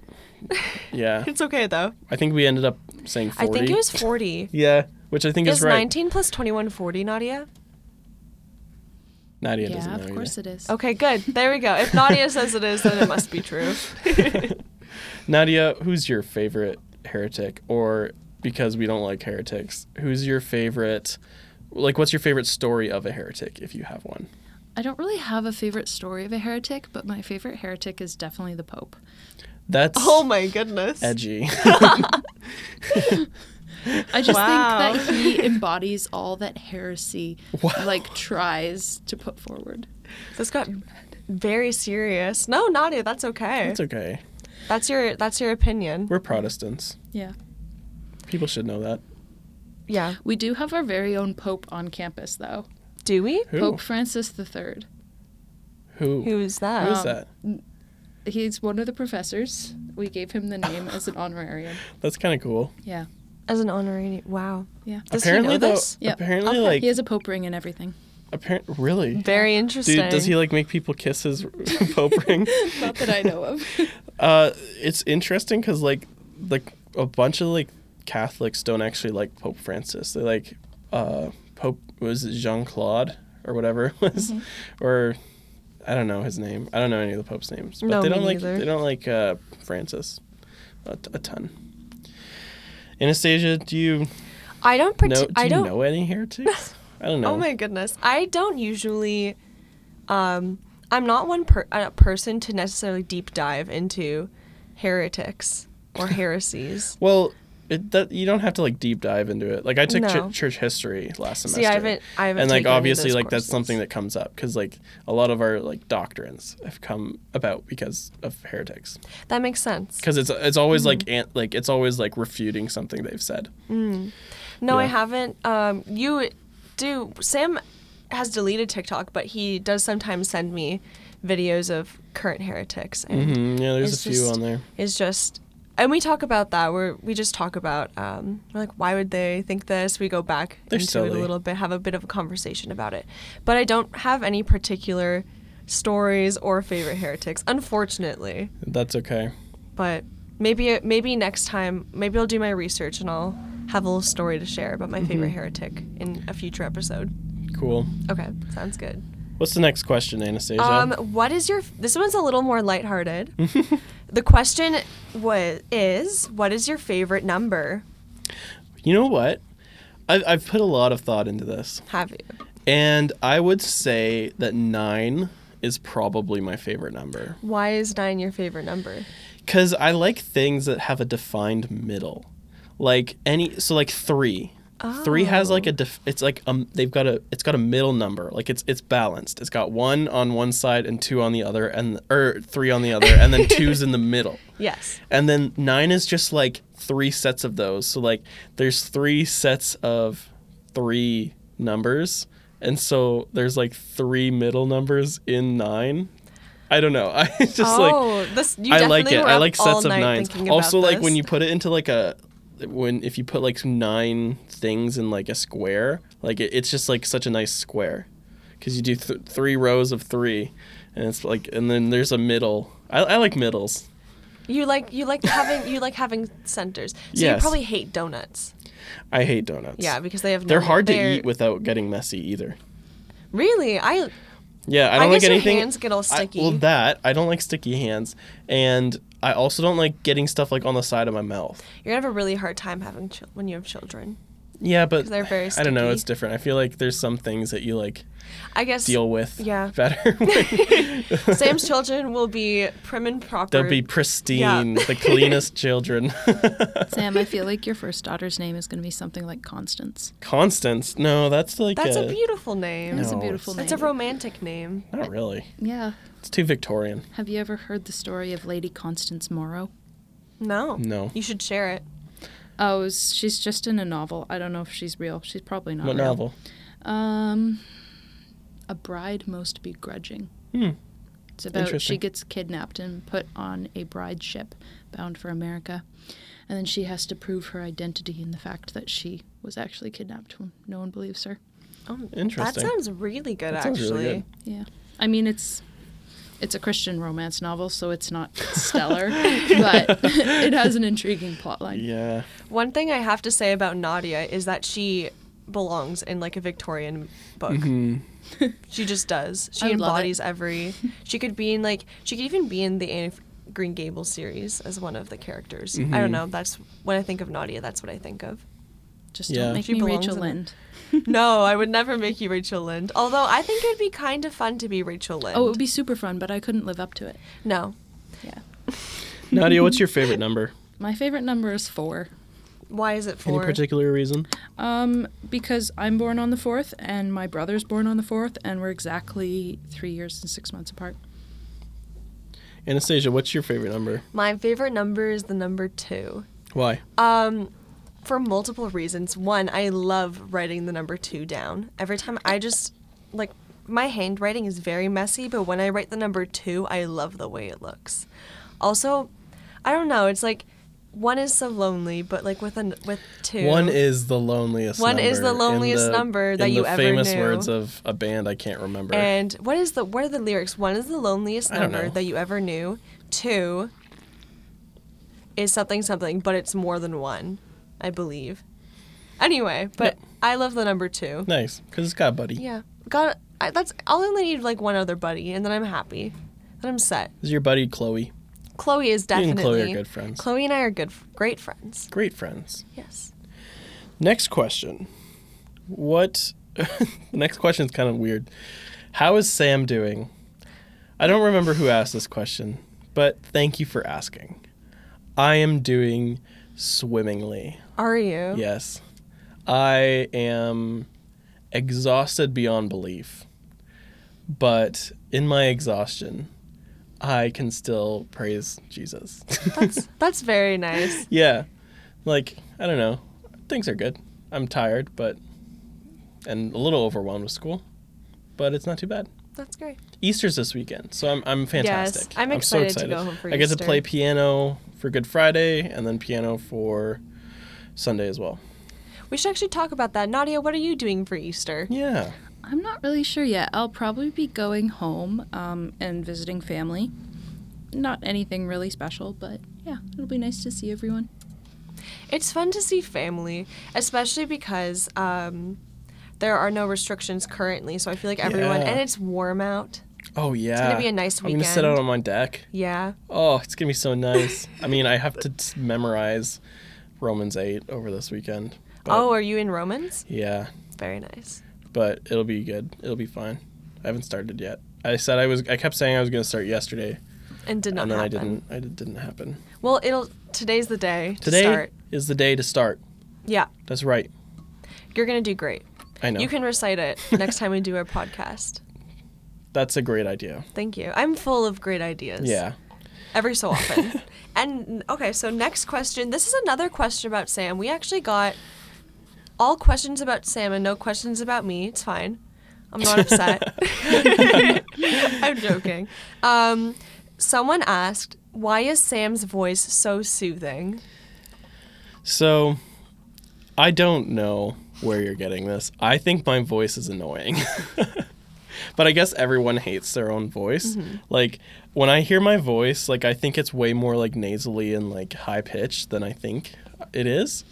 [SPEAKER 1] bit. Yeah.
[SPEAKER 2] It's okay though.
[SPEAKER 1] I think we ended up saying 40.
[SPEAKER 2] I think it was forty.
[SPEAKER 1] Yeah, which I think is,
[SPEAKER 2] Is
[SPEAKER 1] right.
[SPEAKER 2] 19 plus 21 40, Nadia?
[SPEAKER 1] Nadia doesn't
[SPEAKER 3] yeah,
[SPEAKER 1] know.
[SPEAKER 3] of course it is. Oh,
[SPEAKER 2] Okay, good. There we go. If Nadia says it is, then it must be true.
[SPEAKER 1] Nadia, who's your favorite heretic? Or because we don't like heretics, who's your favorite? Like, what's your favorite story of a heretic if you have one?
[SPEAKER 3] I don't really have a favorite story of a heretic, but my favorite heretic is definitely the Pope.
[SPEAKER 1] That's
[SPEAKER 2] Oh my goodness.
[SPEAKER 1] edgy.
[SPEAKER 3] I just
[SPEAKER 2] Wow.
[SPEAKER 3] think that he embodies all that heresy
[SPEAKER 1] Wow.
[SPEAKER 3] like tries to put forward.
[SPEAKER 2] This got very serious. No, Nadia, that's okay.
[SPEAKER 1] It's okay.
[SPEAKER 2] That's your that's your opinion.
[SPEAKER 1] We're Protestants.
[SPEAKER 3] Yeah.
[SPEAKER 1] People should know that.
[SPEAKER 2] Yeah.
[SPEAKER 3] We do have our very own Pope on campus, though.
[SPEAKER 2] Do we?
[SPEAKER 1] Who?
[SPEAKER 3] Pope Francis III.
[SPEAKER 1] Who? Who
[SPEAKER 2] Who's that?
[SPEAKER 1] is
[SPEAKER 3] Um,
[SPEAKER 1] that?
[SPEAKER 3] He's one of the professors. We gave him the name as an honorarium.
[SPEAKER 1] That's kind of cool.
[SPEAKER 3] Yeah.
[SPEAKER 2] As an honorary. Wow.
[SPEAKER 3] Yeah.
[SPEAKER 2] Does
[SPEAKER 1] apparently,
[SPEAKER 2] he know
[SPEAKER 1] though,
[SPEAKER 2] this?
[SPEAKER 3] Yep.
[SPEAKER 1] apparently,
[SPEAKER 2] Okay.
[SPEAKER 1] like,
[SPEAKER 3] He has a Pope ring and everything.
[SPEAKER 1] apparent, really.
[SPEAKER 2] Very interesting.
[SPEAKER 1] Dude, does he like make people kiss his pope ring?
[SPEAKER 3] Not that I know of.
[SPEAKER 1] Uh, it's interesting because like, like a bunch of like Catholics don't actually like Pope Francis. They like uh, Pope was it Jean Claude or whatever it was,
[SPEAKER 2] Mm-hmm.
[SPEAKER 1] or I don't know his name. I don't know any of the Pope's names. But
[SPEAKER 2] No,
[SPEAKER 1] they
[SPEAKER 2] me
[SPEAKER 1] don't like
[SPEAKER 2] neither.
[SPEAKER 1] they don't like uh, Francis a, t- a ton. Anastasia, do you
[SPEAKER 2] I don't. Partic-
[SPEAKER 1] know? Do
[SPEAKER 2] I
[SPEAKER 1] you
[SPEAKER 2] don't.
[SPEAKER 1] know any heretics? I don't know.
[SPEAKER 2] Oh my goodness. I don't usually um I'm not one per- a person to necessarily deep dive into heretics or heresies.
[SPEAKER 1] Well, it, that you don't have to like deep dive into it. Like I took
[SPEAKER 2] No.
[SPEAKER 1] chur- church history last semester.
[SPEAKER 2] See, I haven't I haven't
[SPEAKER 1] and like
[SPEAKER 2] taken any of
[SPEAKER 1] obviously
[SPEAKER 2] those
[SPEAKER 1] like that's
[SPEAKER 2] courses.
[SPEAKER 1] something that comes up because like a lot of our like doctrines have come about because of heretics
[SPEAKER 2] That makes sense.
[SPEAKER 1] because it's it's always
[SPEAKER 2] Mm-hmm.
[SPEAKER 1] like an, like it's always like refuting something they've said
[SPEAKER 2] No, I
[SPEAKER 1] Yeah.
[SPEAKER 2] haven't. Um, you do. Sam has deleted TikTok, but he does sometimes send me videos of current heretics, and
[SPEAKER 1] mm, yeah there's
[SPEAKER 2] It's
[SPEAKER 1] a few
[SPEAKER 2] just-
[SPEAKER 1] on there
[SPEAKER 2] it's just. And we talk about that. Where we just talk about, um, we're like, why would they think this? We go back
[SPEAKER 1] They're
[SPEAKER 2] into it
[SPEAKER 1] silly.
[SPEAKER 2] a little bit, have a bit of a conversation about it. But I don't have any particular stories or favorite heretics, unfortunately.
[SPEAKER 1] that's okay
[SPEAKER 2] But maybe, maybe next time, maybe I'll do my research and I'll have a little story to share about
[SPEAKER 1] Mm-hmm.
[SPEAKER 2] my favorite heretic in a future episode.
[SPEAKER 1] cool
[SPEAKER 2] Okay, sounds good.
[SPEAKER 1] what's the next question Anastasia
[SPEAKER 2] Um, what is your? This one's a little more lighthearted.
[SPEAKER 1] Hmm.
[SPEAKER 2] the question was is what is your favorite number?
[SPEAKER 1] you know what I've, I've put a lot of thought into this
[SPEAKER 2] Have you?
[SPEAKER 1] and I would say that nine is probably my favorite number
[SPEAKER 2] Why is nine your favorite number?
[SPEAKER 1] Because I like things that have a defined middle, like any. So like three, three has like a. Def, it's like um, they've got a. It's got a middle number. Like it's it's balanced. It's got one on one side and two on the other, and or three on the other, and then two's in the middle.
[SPEAKER 2] Yes.
[SPEAKER 1] And then nine is just like three sets of those. So like there's three sets of three numbers. And so there's like three middle numbers in nine. I don't know. I just like
[SPEAKER 2] oh, this you
[SPEAKER 1] I
[SPEAKER 2] definitely
[SPEAKER 1] like it.
[SPEAKER 2] were
[SPEAKER 1] I
[SPEAKER 2] up
[SPEAKER 1] like
[SPEAKER 2] all
[SPEAKER 1] sets of
[SPEAKER 2] night
[SPEAKER 1] nines.
[SPEAKER 2] thinking about
[SPEAKER 1] Also, like when
[SPEAKER 2] this.
[SPEAKER 1] you put it into like a when if you put like nine things in like a square, like it, it's just like such a nice square because you do th- three rows of three, and it's like and then there's a middle. I, I like middles.
[SPEAKER 2] you like you like having you like having centers. So
[SPEAKER 1] Yes.
[SPEAKER 2] you probably hate donuts.
[SPEAKER 1] I hate donuts.
[SPEAKER 2] Yeah, because they have
[SPEAKER 1] they're
[SPEAKER 2] no-
[SPEAKER 1] hard
[SPEAKER 2] they're-
[SPEAKER 1] to eat without getting messy either.
[SPEAKER 2] Really, I
[SPEAKER 1] Yeah, I
[SPEAKER 2] I
[SPEAKER 1] don't like
[SPEAKER 2] guess your
[SPEAKER 1] anything.
[SPEAKER 2] hands get all
[SPEAKER 1] I-
[SPEAKER 2] sticky.
[SPEAKER 1] well, that I don't like sticky hands, and I also don't like getting stuff like on the side of my mouth.
[SPEAKER 2] you're gonna have a really hard time having chil- when you have children.
[SPEAKER 1] Yeah, but
[SPEAKER 2] 'Cause they're very
[SPEAKER 1] I don't know.
[SPEAKER 2] sticky.
[SPEAKER 1] It's different. I feel like there's some things that you like
[SPEAKER 2] I guess
[SPEAKER 1] deal with
[SPEAKER 2] Yeah.
[SPEAKER 1] better. when-
[SPEAKER 2] Sam's children will be prim and proper.
[SPEAKER 1] They'll be pristine, the cleanest children.
[SPEAKER 3] Sam, I feel like your first daughter's name is going to be something like Constance.
[SPEAKER 1] Constance, no, that's like
[SPEAKER 2] That's a beautiful name.
[SPEAKER 3] That's
[SPEAKER 1] No,
[SPEAKER 3] a beautiful name.
[SPEAKER 2] It's a romantic name.
[SPEAKER 1] not really.
[SPEAKER 3] Yeah.
[SPEAKER 1] It's too Victorian.
[SPEAKER 3] Have you ever heard the story of Lady Constance Morrow?
[SPEAKER 2] No.
[SPEAKER 1] No.
[SPEAKER 2] You should share it.
[SPEAKER 3] Oh, s- she's just in a novel. I don't know if she's real. She's probably not.
[SPEAKER 1] What
[SPEAKER 3] real.
[SPEAKER 1] novel?
[SPEAKER 3] Um, a bride most begrudging.
[SPEAKER 1] Hmm.
[SPEAKER 3] It's about she
[SPEAKER 1] Interesting.
[SPEAKER 3] gets kidnapped and put on a bride ship bound for America, and then she has to prove her identity and the fact that she was actually kidnapped. when No one believes her.
[SPEAKER 2] Oh, that
[SPEAKER 1] Interesting.
[SPEAKER 2] sounds really good,
[SPEAKER 1] That sounds
[SPEAKER 2] actually.
[SPEAKER 1] really good.
[SPEAKER 3] Yeah, I mean it's it's a Christian romance novel, so it's not stellar, but it has an intriguing plotline.
[SPEAKER 1] Yeah.
[SPEAKER 2] One thing I have to say about Nadia is that she belongs in like a Victorian book.
[SPEAKER 1] Mm-hmm.
[SPEAKER 2] she just does. She
[SPEAKER 3] I would love it.
[SPEAKER 2] embodies every. She could be in like. She could even be in the Anne of Green Gables series as one of the characters. I don't know. That's when I think of Nadia. That's what I think of.
[SPEAKER 3] Just
[SPEAKER 1] Yeah.
[SPEAKER 3] don't make
[SPEAKER 2] She
[SPEAKER 3] me
[SPEAKER 2] belongs
[SPEAKER 3] Rachel
[SPEAKER 2] in it.
[SPEAKER 3] Lind.
[SPEAKER 2] no, I would never make you Rachel Lind. Although I think it'd be kind of fun to be Rachel Lind.
[SPEAKER 3] Oh, it would be super fun, but I couldn't live up to it.
[SPEAKER 2] no.
[SPEAKER 3] Yeah.
[SPEAKER 1] Nadia, what's your favorite number?
[SPEAKER 3] My favorite number is four.
[SPEAKER 2] Why is it
[SPEAKER 1] Any
[SPEAKER 2] four?
[SPEAKER 1] particular reason?
[SPEAKER 3] Um, because I'm born on the fourth, and my brother's born on the fourth, and we're exactly three years and six months apart.
[SPEAKER 1] Anastasia, what's your favorite number?
[SPEAKER 2] My favorite number is the number two.
[SPEAKER 1] Why?
[SPEAKER 2] for multiple reasons. One, I love writing the number two down. Every time I just like my handwriting is very messy, but when I write the number two, I love the way it looks. Also, I don't know. It's like one is so lonely, but like with an with two,
[SPEAKER 1] One is the loneliest.
[SPEAKER 2] One
[SPEAKER 1] number
[SPEAKER 2] is the
[SPEAKER 1] in
[SPEAKER 2] loneliest
[SPEAKER 1] the-
[SPEAKER 2] number that
[SPEAKER 1] in
[SPEAKER 2] you
[SPEAKER 1] the
[SPEAKER 2] ever
[SPEAKER 1] famous
[SPEAKER 2] knew. Eh.
[SPEAKER 1] words of a band I can't remember.
[SPEAKER 2] and what is the what are the lyrics? One is the loneliest
[SPEAKER 1] I don't
[SPEAKER 2] number
[SPEAKER 1] know.
[SPEAKER 2] that you ever knew. Two is something something, but it's more than one, I believe. Anyway, but
[SPEAKER 1] Yep.
[SPEAKER 2] I love the number two.
[SPEAKER 1] nice, because it's got a buddy.
[SPEAKER 2] Yeah. Got I, that's I'll only need like one other buddy and then I'm happy. Then I'm set.
[SPEAKER 1] Is your buddy Chloe?
[SPEAKER 2] Chloe is
[SPEAKER 1] and Chloe
[SPEAKER 2] definitely
[SPEAKER 1] are good friends.
[SPEAKER 2] Chloe and I are good great friends.
[SPEAKER 1] Great friends.
[SPEAKER 2] Yes.
[SPEAKER 1] Next question. What? next question is kind of weird. How is Sam doing? I don't remember who asked this question, but thank you for asking. I am doing swimmingly.
[SPEAKER 2] Are you?
[SPEAKER 1] Yes. I am exhausted beyond belief. But in my exhaustion, I can still praise Jesus.
[SPEAKER 2] That's that's very nice.
[SPEAKER 1] yeah. Like, I don't know. Things are good. I'm tired, but and a little overwhelmed with school, but it's not too bad.
[SPEAKER 2] That's great.
[SPEAKER 1] Easter's this weekend, so I'm I'm fantastic.
[SPEAKER 2] I'm
[SPEAKER 1] so
[SPEAKER 2] excited to
[SPEAKER 1] excited.
[SPEAKER 2] go home for
[SPEAKER 1] I get to
[SPEAKER 2] Easter.
[SPEAKER 1] play piano for Good Friday and then piano for Sunday as well.
[SPEAKER 2] We should actually talk about that. Nadia, what are you doing for Easter?
[SPEAKER 1] Yeah.
[SPEAKER 3] I'm not really sure yet. I'll probably be going home um, and visiting family. Not anything really special, but yeah, it'll be nice to see everyone.
[SPEAKER 2] It's fun to see family, especially because um, there are no restrictions currently, so I feel like everyone
[SPEAKER 1] Yeah.
[SPEAKER 2] and it's warm out.
[SPEAKER 1] Oh yeah. It's
[SPEAKER 2] be a nice
[SPEAKER 1] I'm gonna sit
[SPEAKER 2] weekend.
[SPEAKER 1] out on my deck.
[SPEAKER 2] Yeah.
[SPEAKER 1] Oh, it's gonna be so nice. I mean, I have to s- memorize Romans eight over this weekend. But,
[SPEAKER 2] oh, are you in Romans?
[SPEAKER 1] Yeah,
[SPEAKER 2] Very nice.
[SPEAKER 1] but it'll be good. It'll be fine. I haven't started yet. I said I was. I kept saying I was gonna start yesterday,
[SPEAKER 2] And did not
[SPEAKER 1] and then
[SPEAKER 2] happen.
[SPEAKER 1] I didn't. I did, didn't happen.
[SPEAKER 2] Well, it'll today's the day to
[SPEAKER 1] Today
[SPEAKER 2] start.
[SPEAKER 1] is the day to start.
[SPEAKER 2] Yeah,
[SPEAKER 1] That's right.
[SPEAKER 2] you're gonna do great.
[SPEAKER 1] I know.
[SPEAKER 2] You can recite it next time we do our podcast.
[SPEAKER 1] That's a great idea.
[SPEAKER 2] Thank you. I'm full of great ideas.
[SPEAKER 1] Yeah.
[SPEAKER 2] Every so often. and okay, so next question. This is another question about Sam. We actually got all questions about Sam and no questions about me. It's fine. I'm not upset. I'm joking. Um, someone asked, why is Sam's voice so soothing?
[SPEAKER 1] So, I don't know where you're getting this. I think my voice is annoying. but I guess everyone hates their own voice. Like, when I hear my voice, like, I think it's way more, like, nasally and, like, high pitched than I think it is.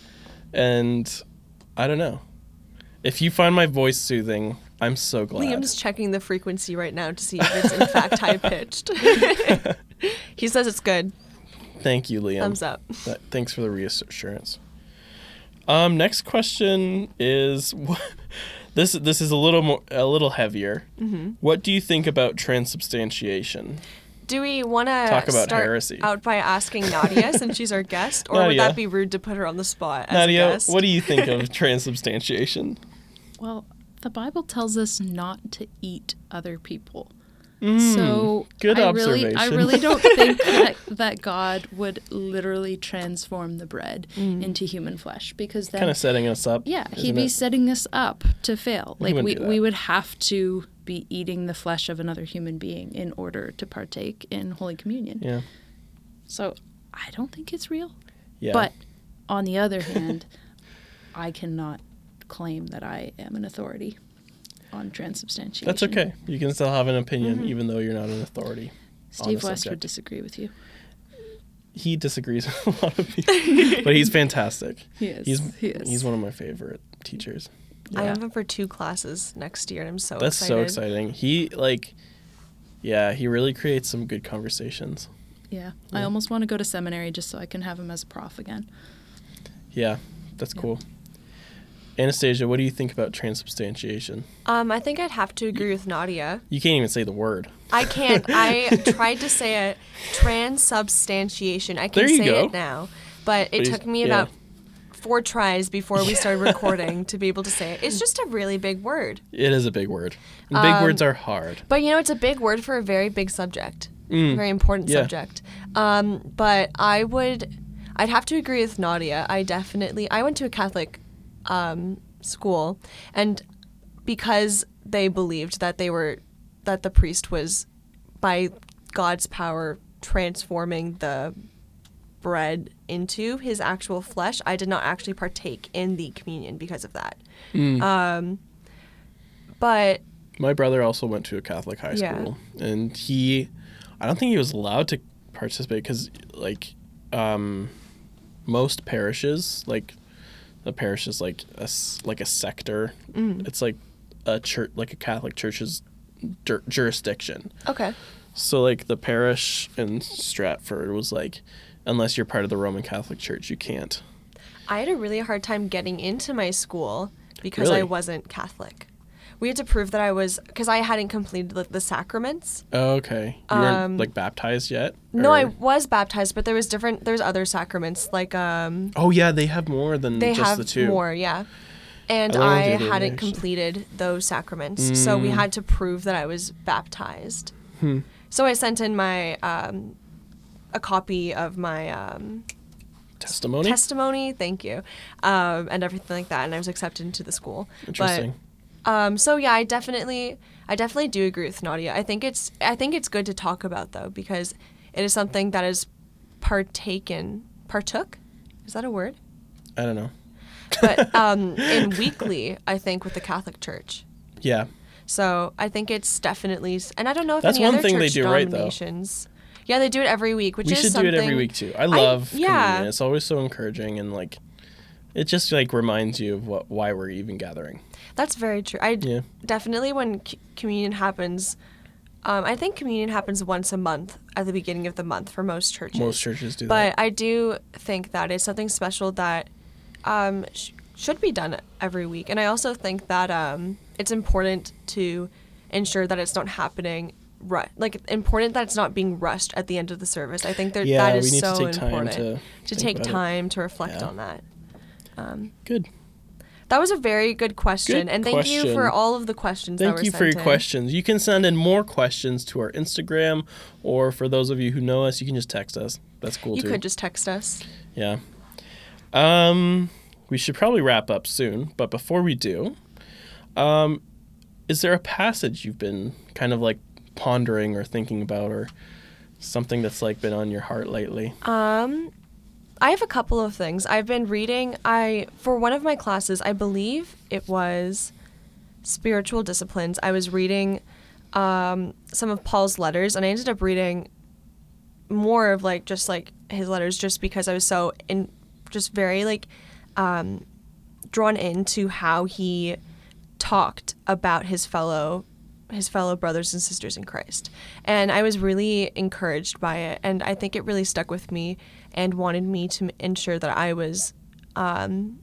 [SPEAKER 1] And I don't know. If you find my voice soothing, I'm so glad.
[SPEAKER 2] Liam's checking the frequency right now to see if it's in fact high pitched. he says it's good.
[SPEAKER 1] Thank you, Liam.
[SPEAKER 2] Thumbs up.
[SPEAKER 1] Th- thanks for the reassurance. Um, next question is what, this. This is a little more, a little heavier.
[SPEAKER 3] Mm-hmm.
[SPEAKER 1] What do you think about transubstantiation?
[SPEAKER 2] Do we want to
[SPEAKER 1] Talk about
[SPEAKER 2] start
[SPEAKER 1] heresy.
[SPEAKER 2] out by asking Nadia since she's our guest, or would
[SPEAKER 1] Nadia.
[SPEAKER 2] that be rude to put her on the spot as a
[SPEAKER 1] Nadia,
[SPEAKER 2] guest?
[SPEAKER 1] what do you think of transubstantiation?
[SPEAKER 3] Well, the Bible tells us not to eat other people. so
[SPEAKER 1] Mm, good
[SPEAKER 3] I really, I
[SPEAKER 1] observation.
[SPEAKER 3] really don't think that, that God would literally transform the bread
[SPEAKER 1] Mm.
[SPEAKER 3] into human flesh because then
[SPEAKER 1] Kind of setting us up.
[SPEAKER 3] Yeah, he'd
[SPEAKER 1] isn't
[SPEAKER 3] be
[SPEAKER 1] it?
[SPEAKER 3] setting us up to fail. Like
[SPEAKER 1] wouldn't
[SPEAKER 3] we,
[SPEAKER 1] do that.
[SPEAKER 3] we would have to be eating the flesh of another human being in order to partake in Holy Communion.
[SPEAKER 1] Yeah,
[SPEAKER 3] So I don't think it's real.
[SPEAKER 1] yeah.
[SPEAKER 3] But on the other hand, I cannot claim that I am an authority on transubstantiation.
[SPEAKER 1] that's okay. You can still have an opinion,
[SPEAKER 3] Mm-hmm.
[SPEAKER 1] even though you're not an authority. on the
[SPEAKER 3] Steve West
[SPEAKER 1] subject.
[SPEAKER 3] would disagree with you.
[SPEAKER 1] He disagrees with a lot of people, but he's fantastic.
[SPEAKER 3] He is.
[SPEAKER 1] He's
[SPEAKER 3] he is.
[SPEAKER 1] he's one of my favorite teachers.
[SPEAKER 2] I
[SPEAKER 3] Yeah.
[SPEAKER 2] have him for two classes next year, and I'm so
[SPEAKER 1] That's
[SPEAKER 2] excited.
[SPEAKER 1] so exciting. He like yeah, he really creates some good conversations.
[SPEAKER 3] yeah. I almost want to go to seminary just so I can have him as a prof again.
[SPEAKER 1] Yeah, that's cool. Anastasia, what do you think about transubstantiation?
[SPEAKER 2] Um, I think I'd have to agree with Nadia.
[SPEAKER 1] You can't even say the word.
[SPEAKER 2] I can't. I tried to say it. Transubstantiation. I can
[SPEAKER 1] There you
[SPEAKER 2] say
[SPEAKER 1] go.
[SPEAKER 2] it now, but it
[SPEAKER 1] But you-
[SPEAKER 2] took me
[SPEAKER 1] yeah.
[SPEAKER 2] about four tries before we started recording to be able to say it. It's just a really big word. Um,
[SPEAKER 1] It is a big word. And big words are hard.
[SPEAKER 2] But you know, it's a big word for a very big subject. very important
[SPEAKER 1] Yeah.
[SPEAKER 2] subject. Um, but I would, I'd have to agree with Nadia. I definitely, I went to a Catholic um, school, and because they believed that they were, that the priest was, by God's power, transforming the bread into his actual flesh. I did not actually partake in the communion because of that. Um, but
[SPEAKER 1] My brother also went to a Catholic high
[SPEAKER 2] Yeah.
[SPEAKER 1] school, and he, I don't think he was allowed to participate because, like, um, most parishes, like, the parish is like a s- like a sector.
[SPEAKER 2] Mm.
[SPEAKER 1] It's like a church, like a Catholic church's jur- jurisdiction.
[SPEAKER 2] okay,
[SPEAKER 1] So like the parish in Stratford was like, unless you're part of the Roman Catholic Church, you can't.
[SPEAKER 2] I had a really hard time getting into my school because I
[SPEAKER 1] Really?
[SPEAKER 2] wasn't Catholic. We had to prove that I was because I hadn't completed the, the sacraments.
[SPEAKER 1] Okay, you
[SPEAKER 2] Um,
[SPEAKER 1] weren't like baptized yet.
[SPEAKER 2] No, I
[SPEAKER 1] Or-
[SPEAKER 2] was baptized, but there was different. There's other sacraments like um,
[SPEAKER 1] Oh yeah, they have more than
[SPEAKER 2] they
[SPEAKER 1] Mm, just
[SPEAKER 2] have
[SPEAKER 1] the two.
[SPEAKER 2] more, yeah. And
[SPEAKER 1] I learned
[SPEAKER 2] I
[SPEAKER 1] the Mm. other way,
[SPEAKER 2] hadn't
[SPEAKER 1] actually.
[SPEAKER 2] completed those sacraments, so we had to prove that I was baptized.
[SPEAKER 1] Hmm.
[SPEAKER 2] So I sent in my um, a copy of my um,
[SPEAKER 1] Testimony.
[SPEAKER 2] testimony. Thank you, um, and everything like that, and I was accepted into the school.
[SPEAKER 1] Interesting.
[SPEAKER 2] But, um, so yeah, I definitely, I definitely do agree with Nadia. I think it's, I think it's good to talk about though because it is something that is partaken, partook, is that a word?
[SPEAKER 1] I don't know.
[SPEAKER 2] But um, in weekly, I think with the Catholic Church.
[SPEAKER 1] Yeah.
[SPEAKER 2] So I think it's definitely, and I don't know if
[SPEAKER 1] That's
[SPEAKER 2] any
[SPEAKER 1] one
[SPEAKER 2] other
[SPEAKER 1] thing they
[SPEAKER 2] church
[SPEAKER 1] do right, though.
[SPEAKER 2] denominations. yeah, they do it every week, which
[SPEAKER 1] we
[SPEAKER 2] is
[SPEAKER 1] should do it
[SPEAKER 2] something.
[SPEAKER 1] every week too. I love
[SPEAKER 2] yeah.
[SPEAKER 1] communion. It's always so encouraging and like it just like reminds you of what why we're even gathering.
[SPEAKER 2] That's very true. I d-
[SPEAKER 1] Yeah.
[SPEAKER 2] definitely when c- communion happens, um, I think communion happens once a month at the beginning of the month for most churches.
[SPEAKER 1] Most churches do
[SPEAKER 2] but
[SPEAKER 1] that.
[SPEAKER 2] I do think that it's something special that um, sh- should be done every week, and I also think that um, it's important to ensure that it's not happening. Ru- like important that it's not being rushed at the end of the service. I think there,
[SPEAKER 1] Yeah,
[SPEAKER 2] that
[SPEAKER 1] we
[SPEAKER 2] is
[SPEAKER 1] need to
[SPEAKER 2] so
[SPEAKER 1] take time
[SPEAKER 2] important
[SPEAKER 1] to think
[SPEAKER 2] take
[SPEAKER 1] about it.
[SPEAKER 2] time to reflect
[SPEAKER 1] Yeah.
[SPEAKER 2] on that. Um,
[SPEAKER 1] Good.
[SPEAKER 2] That was a very good question,
[SPEAKER 1] Good
[SPEAKER 2] and thank you for
[SPEAKER 1] question.
[SPEAKER 2] all of the questions. that
[SPEAKER 1] Thank
[SPEAKER 2] were
[SPEAKER 1] you for your
[SPEAKER 2] sent in.
[SPEAKER 1] questions. You can send in more questions to our Instagram or for those of you who know us, you can just text us. That's cool
[SPEAKER 2] You
[SPEAKER 1] too.
[SPEAKER 2] could just text us.
[SPEAKER 1] Yeah. Um, we should probably wrap up soon, but before we do, um, is there a passage you've been kind of like pondering or thinking about or something that's like been on your heart lately?
[SPEAKER 2] Um, I have a couple of things. I've been reading. I for one of my classes, I believe it was spiritual disciplines. I was reading um, some of Paul's letters, and I ended up reading more of like just like his letters, just because I was so in, just very like um, drawn into how he talked about his fellow his fellow brothers and sisters in Christ. And I was really encouraged by it and I think it really stuck with me and wanted me to m- ensure that I was um,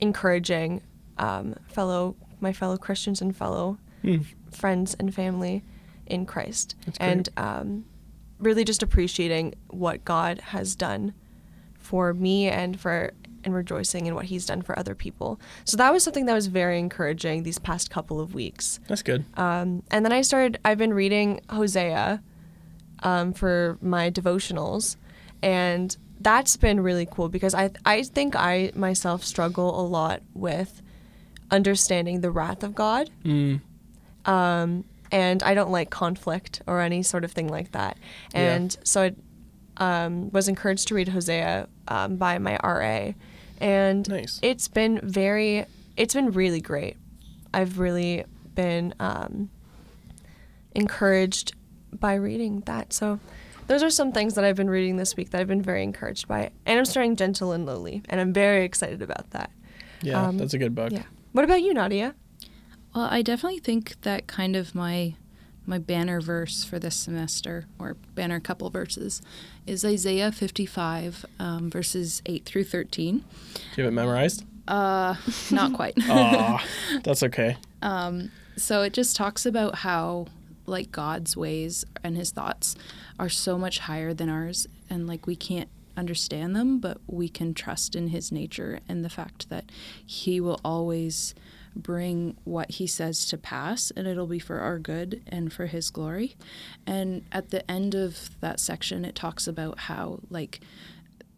[SPEAKER 2] encouraging um, fellow my fellow Christians and fellow
[SPEAKER 1] Hmm,
[SPEAKER 2] f- friends and family in Christ
[SPEAKER 1] great.
[SPEAKER 2] and um, really just appreciating what God has done for me and for and rejoicing in what he's done for other people. So that was something that was very encouraging these past couple of weeks.
[SPEAKER 1] That's good.
[SPEAKER 2] Um, and then I started. I've been reading Hosea um, for my devotionals, and that's been really cool because I I think I myself struggle a lot with understanding the wrath of God. Um, and I don't like conflict or any sort of thing like that.
[SPEAKER 1] Yeah.
[SPEAKER 2] And so I um, was encouraged to read Hosea um, by my RA, and
[SPEAKER 1] Nice.
[SPEAKER 2] it's been very, it's been really great. I've really been um, encouraged by reading that. So those are some things that I've been reading this week that I've been very encouraged by, and I'm starting Gentle and Lowly, and I'm very excited about that.
[SPEAKER 1] yeah,
[SPEAKER 2] um,
[SPEAKER 1] that's a good book.
[SPEAKER 2] Yeah. What about you, Nadia?
[SPEAKER 3] Well, I definitely think that kind of my my banner verse for this semester, or banner couple verses, is Isaiah 55, um, verses 8 through 13.
[SPEAKER 1] Do you have it memorized?
[SPEAKER 3] Not quite.
[SPEAKER 1] Aw, that's okay.
[SPEAKER 3] so it just talks about how like God's ways and his thoughts are so much higher than ours and like we can't understand them but we can trust in his nature and the fact that he will always bring what he says to pass, and it'll be for our good and for his glory. And at the end of that section, it talks about how, like,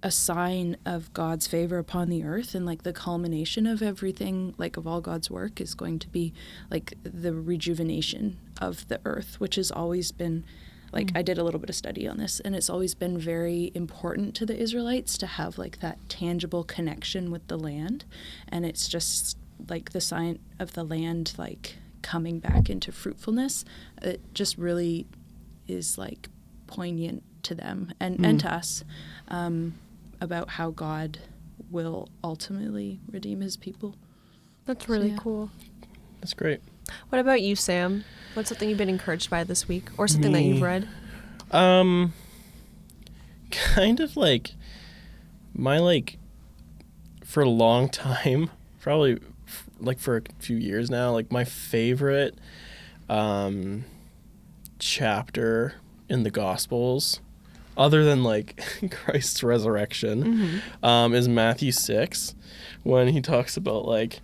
[SPEAKER 3] a sign of God's favor upon the earth and like the culmination of everything like of all God's work is going to be like the rejuvenation of the earth which has always been like I did a little bit of study on this and it's always been very important to the Israelites to have like that tangible connection with the land and it's just like the sign of the land like coming back into fruitfulness it just really is like poignant to them and, and to us um, about how God will ultimately redeem his people.
[SPEAKER 2] That's really
[SPEAKER 3] yeah.
[SPEAKER 2] cool.
[SPEAKER 1] That's great.
[SPEAKER 2] What about you, Sam? What's something you've been encouraged by this week, or something that you've
[SPEAKER 1] Me.
[SPEAKER 2] read?
[SPEAKER 1] Um, kind of like my like for a long time, probably f- like for a few years now. Like my favorite um chapter in the Gospels, other than like Christ's resurrection, um, is Matthew six, when he talks about like.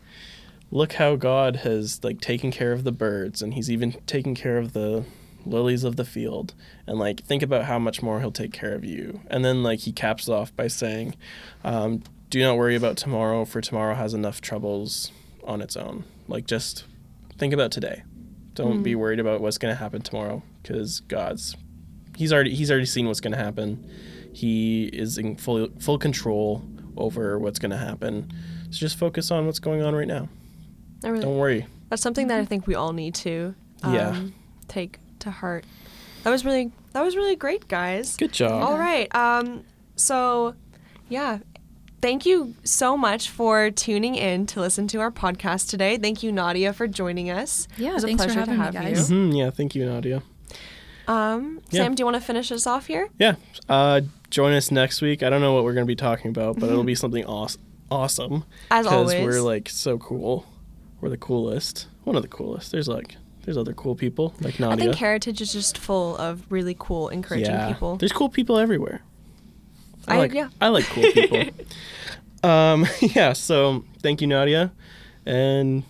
[SPEAKER 1] Look how God has like taken care of the birds, and He's even taken care of the lilies of the field and like think about how much more he'll take care of you and then like he caps it off by saying um, do not worry about tomorrow for tomorrow has enough troubles on its own like just think about today don't
[SPEAKER 2] Mm.
[SPEAKER 1] be worried about what's going to happen tomorrow because god's he's already he's already seen what's going to happen he is in full full control over what's going to happen so just focus on what's going on right now
[SPEAKER 2] I really-
[SPEAKER 1] don't worry
[SPEAKER 2] That's something that I think we all need to um,
[SPEAKER 1] Oh. Yeah.
[SPEAKER 2] take to heart. That was really that was really great, guys.
[SPEAKER 1] good job
[SPEAKER 2] All right. Um, so, yeah. Thank you so much for tuning in to listen to our podcast today. Thank you, Nadia, for joining us.
[SPEAKER 3] Yeah,
[SPEAKER 2] it was a
[SPEAKER 3] thanks for
[SPEAKER 2] pleasure to
[SPEAKER 3] having me,
[SPEAKER 2] have
[SPEAKER 3] guys.
[SPEAKER 2] you.
[SPEAKER 1] Mhm, yeah thank you nadia
[SPEAKER 2] Um,
[SPEAKER 1] Yeah.
[SPEAKER 2] Sam, do you want to finish us off here?
[SPEAKER 1] Yeah. Uh, join us next week. I don't know what we're going to be talking about, but it'll be something aw- awesome.
[SPEAKER 2] As always.
[SPEAKER 1] we're like so cool. We're the coolest. One of the coolest. There's like, there's other cool people like
[SPEAKER 2] I
[SPEAKER 1] Nadia.
[SPEAKER 2] think Heritage is just full of really cool, encouraging
[SPEAKER 1] yeah.
[SPEAKER 2] people.
[SPEAKER 1] There's cool people everywhere.
[SPEAKER 2] I-
[SPEAKER 1] like,
[SPEAKER 2] yeah.
[SPEAKER 1] I like cool people. um, yeah. So thank you, Nadia. And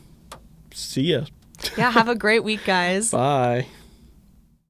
[SPEAKER 1] see ya.
[SPEAKER 2] yeah, have a great week, guys.
[SPEAKER 1] Bye.